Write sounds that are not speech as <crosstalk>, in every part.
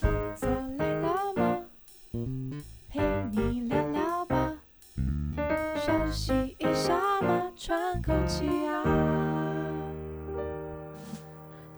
坐累了吗？陪你聊聊吧，休息一下嘛，喘口气啊。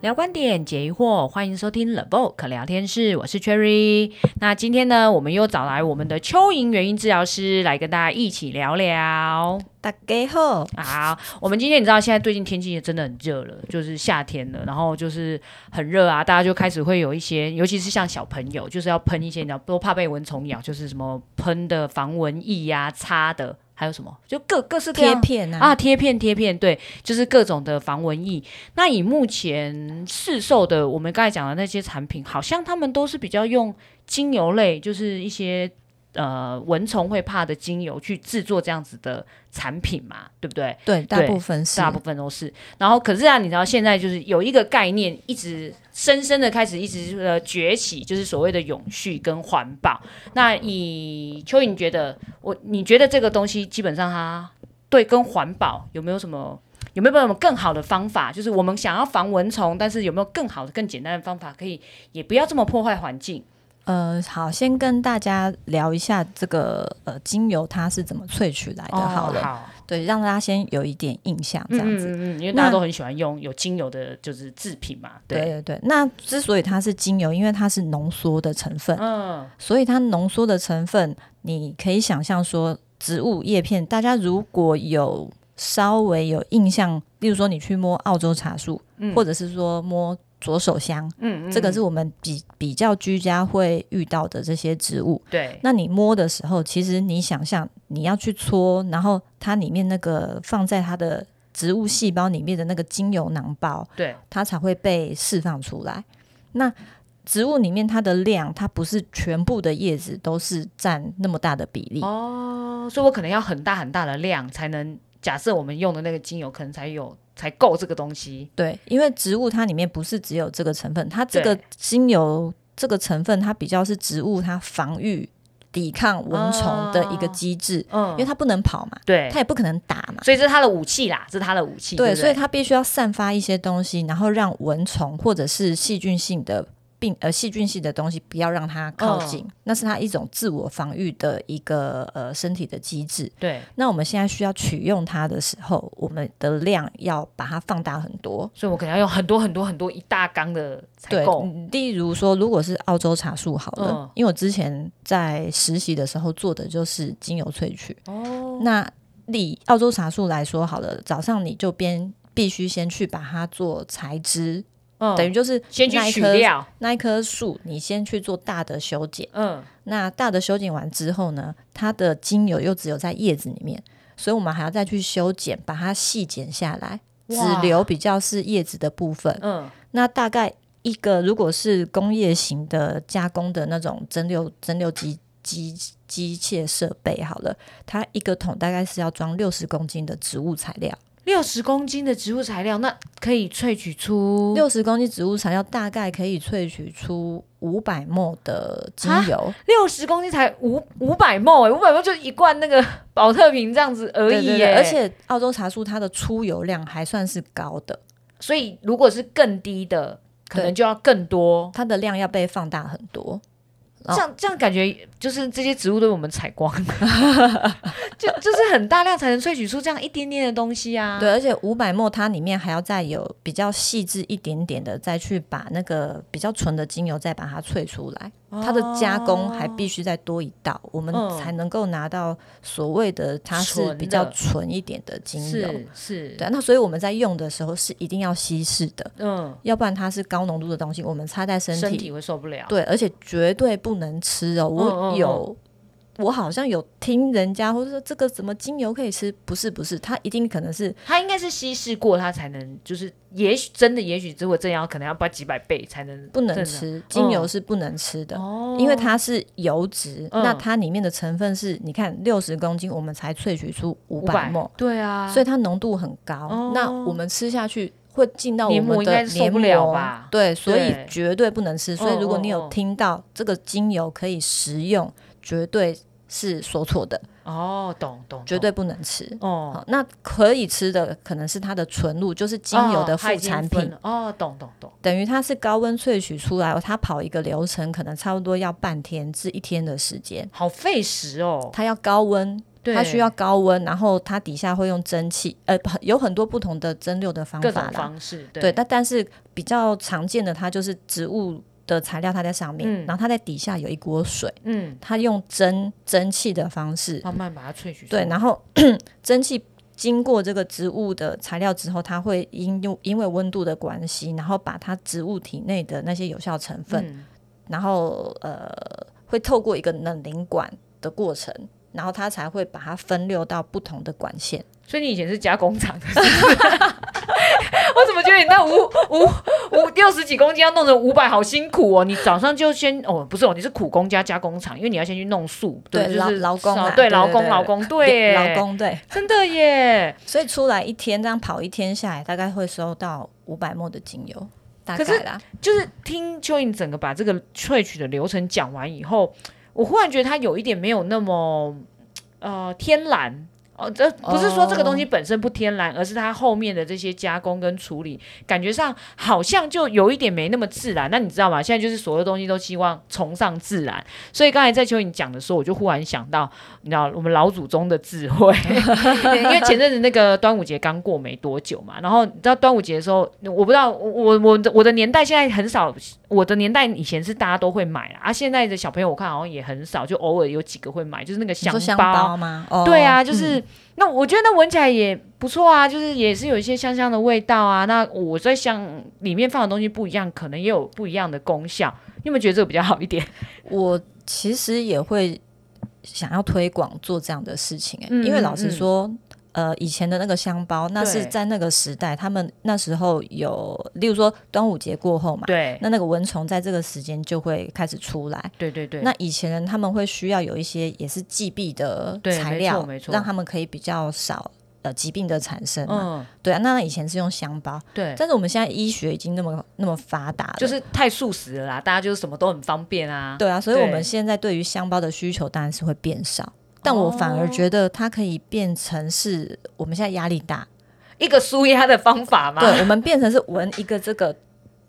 聊观点，解疑惑，欢迎收听 The Vogue 聊天室，我是 Cherry。那今天呢，我们又找来我们的蚯蚓原因治疗师来跟大家一起聊聊。大家好，好，我们今天你知道现在最近天气也真的很热了，就是夏天了，然后就是很热啊，大家就开始会有一些，尤其是像小朋友，就是要喷一些，你知道都怕被蚊虫咬，就是什么喷的防蚊液呀、擦的，还有什么就各各式各贴样片啊，啊，贴片贴片，对，就是各种的防蚊液。那以目前市售的，我们刚才讲的那些产品，好像他们都是比较用精油类，就是一些呃蚊虫会怕的精油去制作这样子的产品嘛，对不对？对，大对部分是大部分都是。然后可是啊，你知道现在就是有一个概念一直深深的开始一直呃崛起，就是所谓的永续跟环保。那以蚯蚓你觉得我你觉得这个东西基本上它对跟环保有没有什么？有没有什么更好的方法？就是我们想要防蚊虫，但是有没有更好的、更简单的方法，可以也不要这么破坏环境？呃，好，先跟大家聊一下这个呃精油它是怎么萃取来的，好了，哦好，对，让大家先有一点印象这这样样子。子，嗯嗯因为大家那都很喜欢用有精油的，就是制品嘛。对对，对对，那之所以它是精油，因为它是浓缩的成分，嗯，所以它浓缩的成分，你可以想象说，植物叶片，大家如果有稍微有印象，例如说你去摸澳洲茶树，嗯或者是说摸左手香，嗯嗯这个嗯是我们比比较居家会遇到的这些植物。对，那你摸的时候，其实你想象你要去搓，然后它里面那个放在它的植物细胞里面的那个精油囊包，对，它才会被释放出来。那植物里面它的量，它不是全部的叶子都是占那么大的比例。哦，所以我可能要很大很大的量才能，假设我们用的那个精油可能才有才够这个东西。对，因为植物它里面不是只有这个成分，它这个对精油这个成分，它比较是植物它防御、抵抗蚊虫的一个机制，嗯因为它不能跑嘛，对它，也不可能打嘛。所以这是他的武器啦，这是他的武器。对对，不对，所以它必须要散发一些东西，然后让蚊虫或者是细菌性的病呃细菌性的东西不要让它靠哦近，那是它一种自我防御的一个呃身体的机制。对，那我们现在需要取用它的时候，我们的量要把它放大很多。所以我可能要用很多很多很多一大缸的才对嗯够。，例如说，如果是澳洲茶树好了，嗯因为我之前在实习的时候做的就是精油萃取，哦，那以澳洲茶树来说好了，早上你就边必须先去把它做材质，嗯等于就是先去那一取颗料，那一棵树，你先去做大的修剪。嗯，那大的修剪完之后呢，它的精油又只有在叶子里面，所以我们还要再去修剪，把它细剪下来，只哇留比较是叶子的部分。嗯，那大概一个如果是工业型的加工的那种蒸馏蒸馏机机机械设备好了，它一个桶大概是要装六十公斤的植物材料，六十公斤的植物材料，那可以萃取出六十公斤植物材料大概可以萃取出五百沫的精啊油。六十公斤才五五百沫哎，五百沫就一罐那个 <laughs> 保特瓶这样子而对对已对耶。而且澳洲茶树它的出油量还算是高的，所以如果是更低的，可能对就要更多。它的量要被放大很多。这哦样这样感觉就是这些植物都被我们采光了， <laughs> 就就是很大量才能萃取出这样一点点的东西啊。对，而且五百沫它里面还要再有比较细致一点点的，再去把那个比较纯的精油再把它萃出来，哦，它的加工还必须再多一道，我们嗯才能够拿到所谓的它是纯比的较纯一点的精油。是是，对，啊那所以我们在用的时候是一定要稀释的，嗯，要不然它是高浓度的东西，我们擦在身体，身体会受不了。对，而且绝对不能吃哦。嗯嗯我嗯有，我好像有听人家或者说这个什么精油可以吃，不是不是，它一定可能是它应该是稀释过，它才能就是，也许真的，也许如果真要，可能要把几百倍才能不能正常吃，精油是不能吃的，嗯哦因为它是油脂，嗯那它里面的成分是，你看六十公斤，我们才萃取出五五百百沫，，对啊，所以它浓度很高。哦那我们吃下去会进到我黏膜应们的该是受黏不膜，了吧对，所以对绝对不能吃。所以如果嗯你嗯有嗯听到这个精油可以食用，绝对是说错的。以哦，懂懂，绝懂对不能吃。哦好，，那可以吃的可能是它的纯露，就是精油的哦它副已经产分品，了哦，懂懂懂，等于它是高温萃取出来，它跑一个流程，可能差不多要半天至一天的时间。好费时哦，它要高温，对，它需要高温，然后它底下会用蒸汽，呃，有很多不同的蒸馏的方各法种啦。方式，对，但但是比较常见的，它就是植物的材料它在上面，嗯然后它在底下有一锅水，嗯，它用蒸蒸汽的方式，慢慢把它萃取出来，对，然后 <coughs> 蒸汽经过这个植物的材料之后，它会因用因为温度的关系，然后把它植物体内的那些有效成分，嗯然后呃，会透过一个冷凝管的过程，然后它才会把它分流到不同的管线。所以你以前是加工厂的，是不 <laughs> 是我怎么觉得你那五五五六十几公斤要弄成五百，好辛苦哦！你早上就先哦，不是哦，你是苦工加加工厂，因为你要先去弄素，对就是劳劳工啊哦对对对劳工对劳工，对劳，工对，真的耶。所以出来一天这样跑一天下来，大概会收到五百沫的精油，大可是概啦。就是听蚯蚓整个把这个萃取的流程讲完以后，我忽然觉得它有一点没有那么呃天然。哦，这不是说这个东西本身不天然，而是它后面的这些加工跟处理，感觉上好像就有一点没那么自然。那你知道吗？现在就是所有东西都希望崇尚自然，所以刚才在蚯蚓讲的时候，我就忽然想到，你知道我们老祖宗的智 <laughs> 慧，对因为前阵子那个端午节刚过没多久嘛，然后你知道端午节的时候，我不知道我我我的我的年代现在很少，我的年代以前是大家都会买啦，啊，现在的小朋友我看好像也很少，就偶尔有几个会买，就是那个你香说香包。包吗？哦，对啊，就嗯是、那我觉得那闻起来也不错啊，就是也是有一些香香的味道啊。那我在想里面放的东西不一样，可能也有不一样的功效。你有没有觉得这个比较好一点？我其实也会想要推广做这样的事情、欸，嗯因为嗯老实嗯说。呃，以前的那个香包，那是对在那个时代，他们那时候有，例如说端午节过后嘛，对，那那个蚊虫在这个时间就会开始出来。 <laughs> 对对对，那以前人他们会需要有一些也是忌避的对材没料错没，错让他们可以比较少呃疾病的产生嘛。嗯，对啊，那以前是用香包，对。但是我们现在医学已经那么那么发达了，就是太素食了啦，大家就是什么都很方便啊。对啊，所以对我们现在对于香包的需求当然是会变少，但我反而哦觉得它可以变成是我们现在压力大，一个舒压的方法嘛。对我们变成是闻一个这个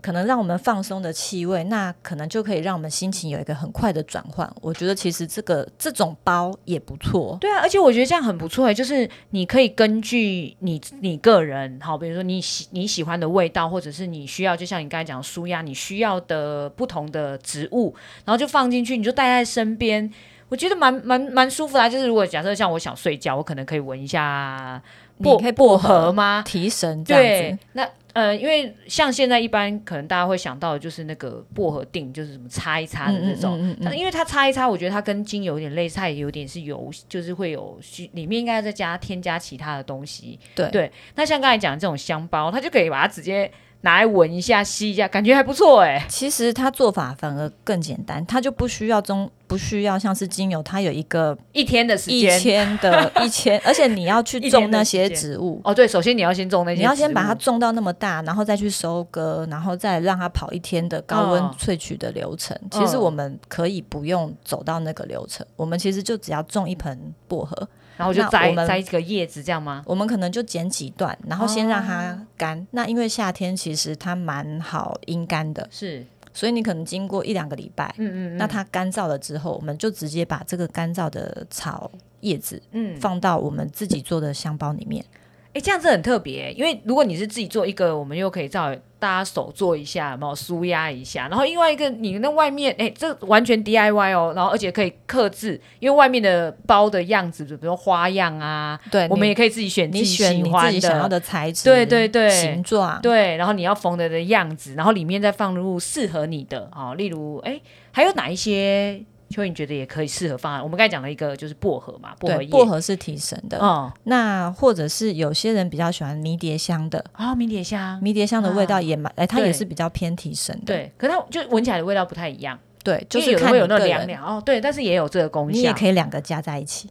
可能让我们放松的气味，那可能就可以让我们心情有一个很快的转换。我觉得其实这个这种包也不错，对啊，而且我觉得这样很不错诶，就是你可以根据你你个人，好，比如说你喜你喜欢的味道，或者是你需要，就像你刚才讲舒压，你需要的不同的植物，然后就放进去，你就带在身边。我觉得蛮蛮蛮舒服啦、啊就是如果假设像我想睡觉，我可能可以闻一下薄你可以薄薄荷荷吗？提神这样对子。，嗯那呃，因为像现在一般可能大家会想到的就是那个薄荷锭，就是什么擦一擦的那种。嗯但因为它擦一擦，我觉得它跟精油有点类似，它也有点是油，就是会有需里面应该再加添加其他的东西。对对，那像刚才讲的这种香包，它就可以把它直接拿来闻一下、吸一下，感觉还不错哎、其实它做法反而更简单，它就不需要中不需要像是精油，它有一个一天的时一间。<laughs> 千的一千，而且你要去一天种的那时些间植物，哦，对，首先你要先种那些植你物，要先把它种到那么大，然后再去收割，然后再让它跑一天的高温嗯萃取的流程。其实嗯我们可以不用走到那个流程，我们其实就只要种一盆薄荷，然后就那摘我们摘一个叶子，这样吗？我们可能就剪几段，然后先让它哦干。那因为夏天其实它蛮好阴干的，是，所以你可能经过一两个礼拜，嗯嗯嗯，那它干燥了之后，我们就直接把这个干燥的草叶子嗯放到我们自己做的香包里面。哎、这样子很特别、因为如果你是自己做一个，我们又可以照大家手做一下，有没有舒压一下？然后另外一个，你那外面，哎、这完全 DIY 哦，然后而且可以克制，因为外面的包的样子，比如说花样啊，对，我你们也可以自己选你喜选你自欢己想要的材质，对对对形状，对，然后你要缝的的样子，然后里面再放入适合你的哦，例如，哎、还有哪一些蚯蚓觉得也可以适合放在？我们刚才讲了一个就是薄荷嘛，薄荷对，叶，薄荷是提神的。嗯，那或者是有些人比较喜欢迷迭香的，哦，迷迭香，迷迭香的味道也蛮，哎、它也啊对是比较偏提神的。对，可它就闻起来的味道不太一样。对，就因为是有的看会你有那个种凉人，凉哦，对，但是也有这个功效。你也可以两个加在一起。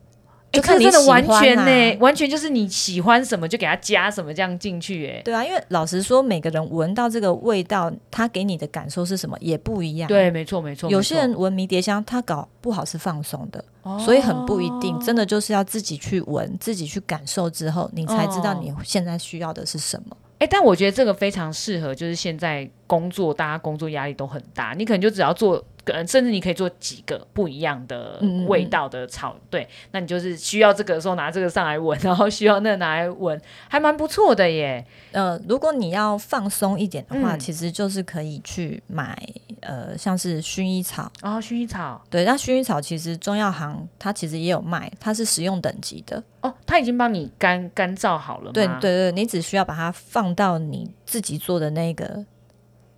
就就看看你哎真的喜欢啊完全啦呢、完全就是你喜欢什么就给它加什么这样进去、欸，对啊，因为老实说，每个人闻到这个味道，他给你的感受是什么也不一样。，对，没错没错。有没些错哦人闻迷迭香，他搞不好是放松的，所以很不一定。真的就是要自己去闻，自己去感受之后，你才知道哦你现在需要的是什么。哎、但我觉得这个非常适合，就是现在工作，大家工作压力都很大，你可能就只要做，可能甚至你可以做几个不一样的嗯嗯嗯味道的炒，对，那你就是需要这个的时候拿这个上来闻，然后需要那个拿来闻，还蛮不错的耶。呃，如果你要放松一点的话，嗯其实就是可以去买呃，像是薰衣草。然哦后薰衣草，对，那薰衣草其实中药行它其实也有卖，它是食用等级的。哦，它已经帮你干干燥好了吗？对对对，你只需要把它放到你自己做的那个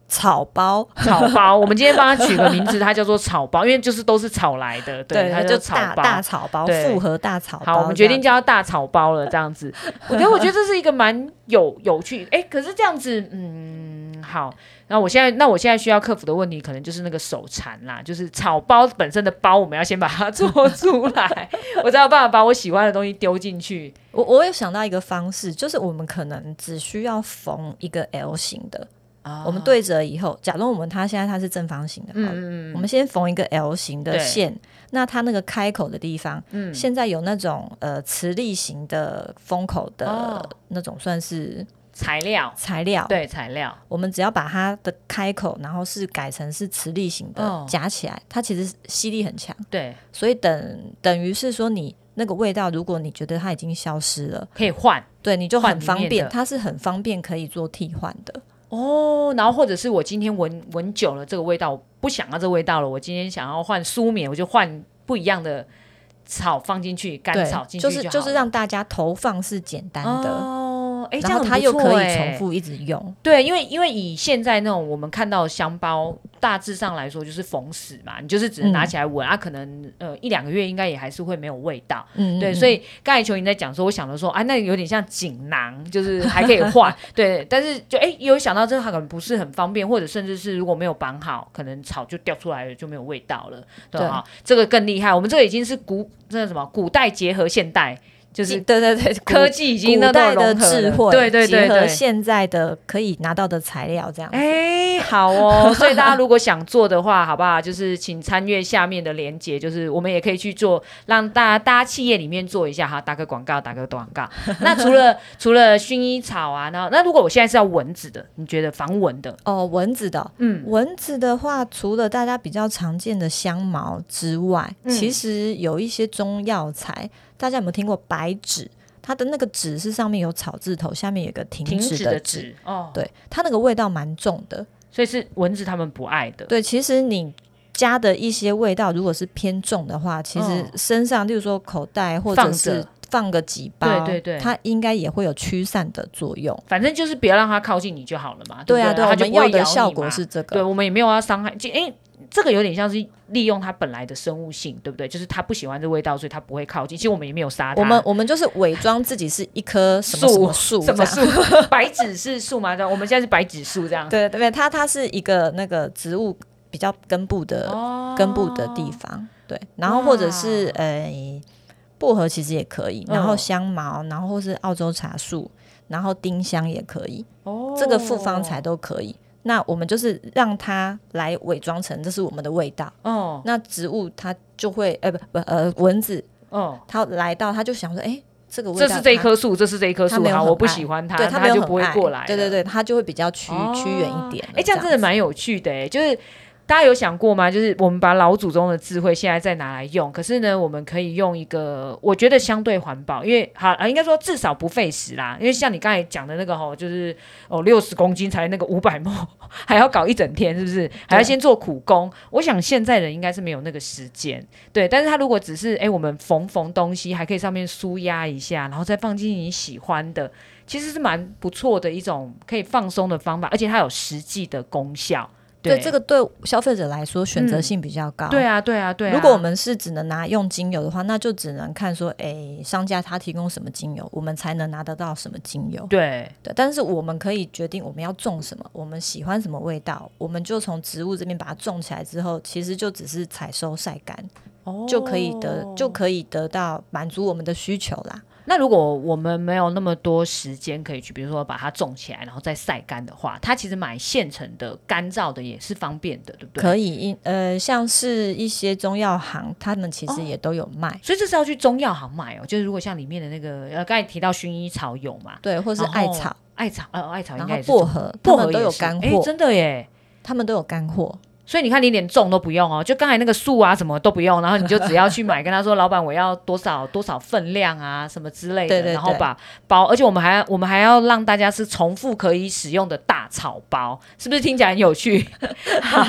草包， <laughs> 草包，我们今天帮它取个名字，它叫做草包，因为就是都是草来的，它它叫就草大包。大草包，对复合大草包这样。好，我们决定叫它大草包了，这样 <laughs> 子。我觉得，我觉得这是一个蛮有有趣，哎、可是这样子，嗯，好。那我现在，那我现在需要克服的问题，可能就是那个手残啦，就是草包本身的包，我们要先把它做出来， <laughs> 我才有办法把我喜欢的东西丢进去。我我有想到一个方式，就是我们可能只需要缝一个 L 型的，啊我们，对折以后，假如我们它现在它是正方形的，好了，嗯嗯我们先缝一个 L 型的对线，那它那个开口的地方，嗯现在有那种呃磁力型的封口的哦那种算是材料，材料，对材料，我们只要把它的开口，然后是改成是磁力型的哦夹起来，它其实吸力很强，对，所以等等于是说你那个味道，如果你觉得它已经消失了，可以换。对，你就换很里方面便，的它是很方便可以做替换的。哦，然后或者是我今天闻闻久了这个味道，我不想要这个味道了，我今天想要换舒眠，我就换不一样的草放进去，干草对，进去就是就就是让大家投放是简单好了的，哦，哎，这然样很后它不又错可以哎重复一直用。对，因为因为以现在那种我们看到的香包，大致上来说就是缝死嘛，你就是只能拿嗯起来闻、啊，可能呃一两个月应该也还是会没有味道。嗯，对，嗯所以刚才球莹在讲说，我想着说，啊，那有点像锦囊，就是还可以 <laughs> 换，对，但是就哎、诶有想到这个可能不是很方便，或者甚至是如果没有绑好，可能草就掉出来了，就没有味道了，对对啊，这个更厉害，我们这个已经是古那什么古代结合现代，就就是是对对对，古科技已经古那代种的融合智了慧，对对对结合对。现在的可以拿到的材料这样子。 <laughs> 哎，好哦，所以大家如果想做的话，好不好？就是请参阅下面的链接，就是我们也可以去做，让大家大家企业里面做一下哈，打个广告，打个广 <laughs> 告。那除了除了薰衣草啊，那那如果我现在是要蚊子的，你觉得防蚊的，哦，蚊子的哦，嗯，蚊子的话，除了大家比较常见的香茅之外，嗯其实有一些中药材，大家有没有听过白芷？它的那个芷是上面有草字头，下面有个停停止止的的止。止哦，对，它那个味道蛮重的。所以是蚊子他们不爱的，对，其实你加的一些味道，如果是偏重的话，其实哦身上，例如说口袋或者放是着放个几包，对对对它应该也会有驱散的作用。反正就是不要让它靠近你就好了嘛，对不啊，对啊，它我就们不要会咬的你效果嘛是这个。对，我们也没有要伤害，就哎、这个有点像是利用它本来的生物性，对不对？就是它不喜欢这味道，所以它不会靠近。其实我们也没有杀它。我们我们就是伪装自己是一棵什么什么树，什么这样树？白指是树吗？这样我们现在是白指树这样。对对对，它它是一个那个植物比较根部的、哦根部的地方，对，然后或者是哇呃薄荷其实也可以，嗯然后香茅，然后或是澳洲茶树，然后丁香也可以，哦这个复方材都可以。那我们就是让它来伪装成这是我们的味道，哦那植物它就会呃不不呃蚊子哦，它来到它就想说，哎，这个味道这是这一它棵树，这是这一棵它树，没有好，很我不爱喜欢它，对它没有就很不会爱过来了。对对对，它就会比较趋哦趋远一点了。哎，这样真的子蛮有趣的哎，就是大家有想过吗？就是我们把老祖宗的智慧现在再拿来用，可是呢，我们可以用一个我觉得相对环保，因为好啊，应该说至少不费时啦。因为像你刚才讲的那个吼，就是哦六十公斤才那个五百梦，还要搞一整天，是不是？还要先做苦工。我想现在人应该是没有那个时间，对。但是他如果只是哎，我们缝缝东西，还可以上面舒压一下，然后再放进你喜欢的，其实是蛮不错的一种可以放松的方法，而且它有实际的功效。对对这个对消费者来说选择嗯性比较高。对啊，对啊，对啊。如果我们是只能拿用精油的话，那就只能看说，哎，商家他提供什么精油，我们才能拿得到什么精油。对对，但是我们可以决定我们要种什么，我们喜欢什么味道，我们就从植物这边把它种起来之后，其实就只是采收晒干，哦就可以得、就可以得到满足我们的需求啦。那如果我们没有那么多时间可以去，比如说把它种起来，然后再晒干的话，它其实买现成的干燥的也是方便的，对不对？可以。以，因呃，像是一些中药行，他们哦其实也都有卖，所以这是要去中药行买哦，就是如果像里面的那个呃，刚才提到薰衣草有嘛，对，或是然后艾草，艾草呃，艾草应然该后也是薄中荷，薄他荷们都有也是干诶货，真的耶。他们都有干货。所以你看，你连种都不用哦，就刚才那个树啊，什么都不用，然后你就只要去买，跟他说，老板我要多少多少分量啊，什么之类的，对对对然后把包，而且我们还我们还要让大家是重复可以使用的大草包，是不是听起来很有趣？ <laughs> 好，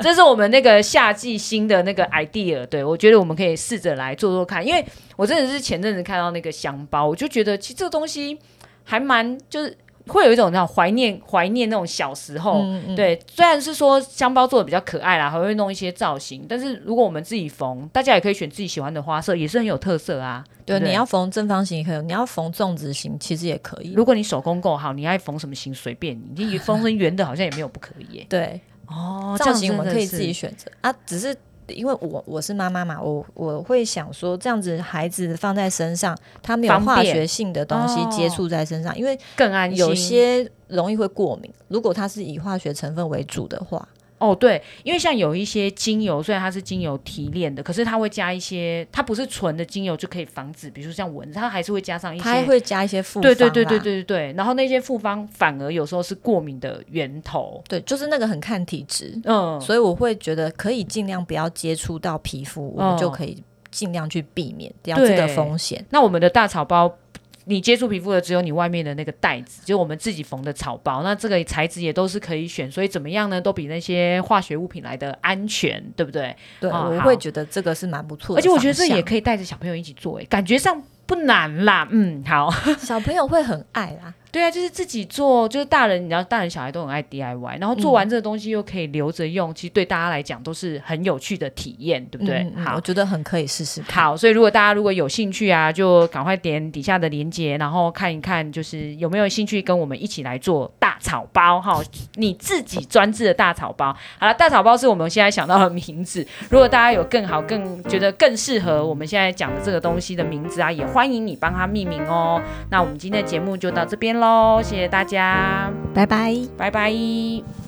这是我们那个夏季新的那个 idea，对我觉得我们可以试着来做做看，因为我真的是前阵子看到那个香包，我就觉得其实这个东西还蛮就是会有一种那种怀念怀念那种小时候。嗯嗯，哦对，虽然是说香包做的比较可爱啦，还会弄一些造型，但是如果我们自己缝，大家也可以选自己喜欢的花色，也是很有特色啊。嗯对，不你要缝正方形也可以，你要缝粽子形其实也可以。如果你手工够好，你爱缝什么型随便你，你缝成圆的好像也没有不可以耶。对，哦，这造样型我真们的可以自己是选择啊，只是因为我我是妈妈嘛，我我会想说，这样子孩子放在身上，他没有方便化学性的东西哦接触在身上，因为更安心。有些容易会过敏。如果它是以化学成分为主的话，哦，对，因为像有一些精油，虽然它是精油提炼的，可是它会加一些，它不是纯的精油就可以防止，比如说像蚊子，它还是会加上一些它还会加一些复方对啦。对对对对对对，然后那些复方反而有时候是过敏的源头。对，就是那个很看体质，嗯，所以我会觉得可以尽量不要接触到皮肤，我嗯们就可以尽量去避免掉这对个风险。那我们的大草包，你接触皮肤的只有你外面的那个袋子，就是我们自己缝的草包。那这个材质也都是可以选，所以怎么样呢，都比那些化学物品来的安全，对不对？对，哦我好会觉得这个是蛮不错而的方向。且我觉得这也可以带着小朋友一起做、诶，哎感觉上不难啦。嗯，好，小朋友会很爱啦。对啊，就是自己做，就是大人，你知道，大人小孩都很爱 DIY，然后做嗯完这个东西又可以留着用，其实对大家来讲都是很有趣的体验，对不 <laughs> 对？嗯嗯嗯好我。觉得很可以试试看。好，所以如果大家如果有兴趣啊，就赶快点底下的链接，然后看一看，就是有没有兴趣跟我们一起来做大草包哈，你自己专制的大草包。好了，大草包是我们现在想到的名字。如果大家有更好、更觉得更适合我们现在讲的这个东西的名字啊，也欢迎你帮它命名哦。那我们今天的节目就到这边喽，谢谢大家，拜拜。拜拜。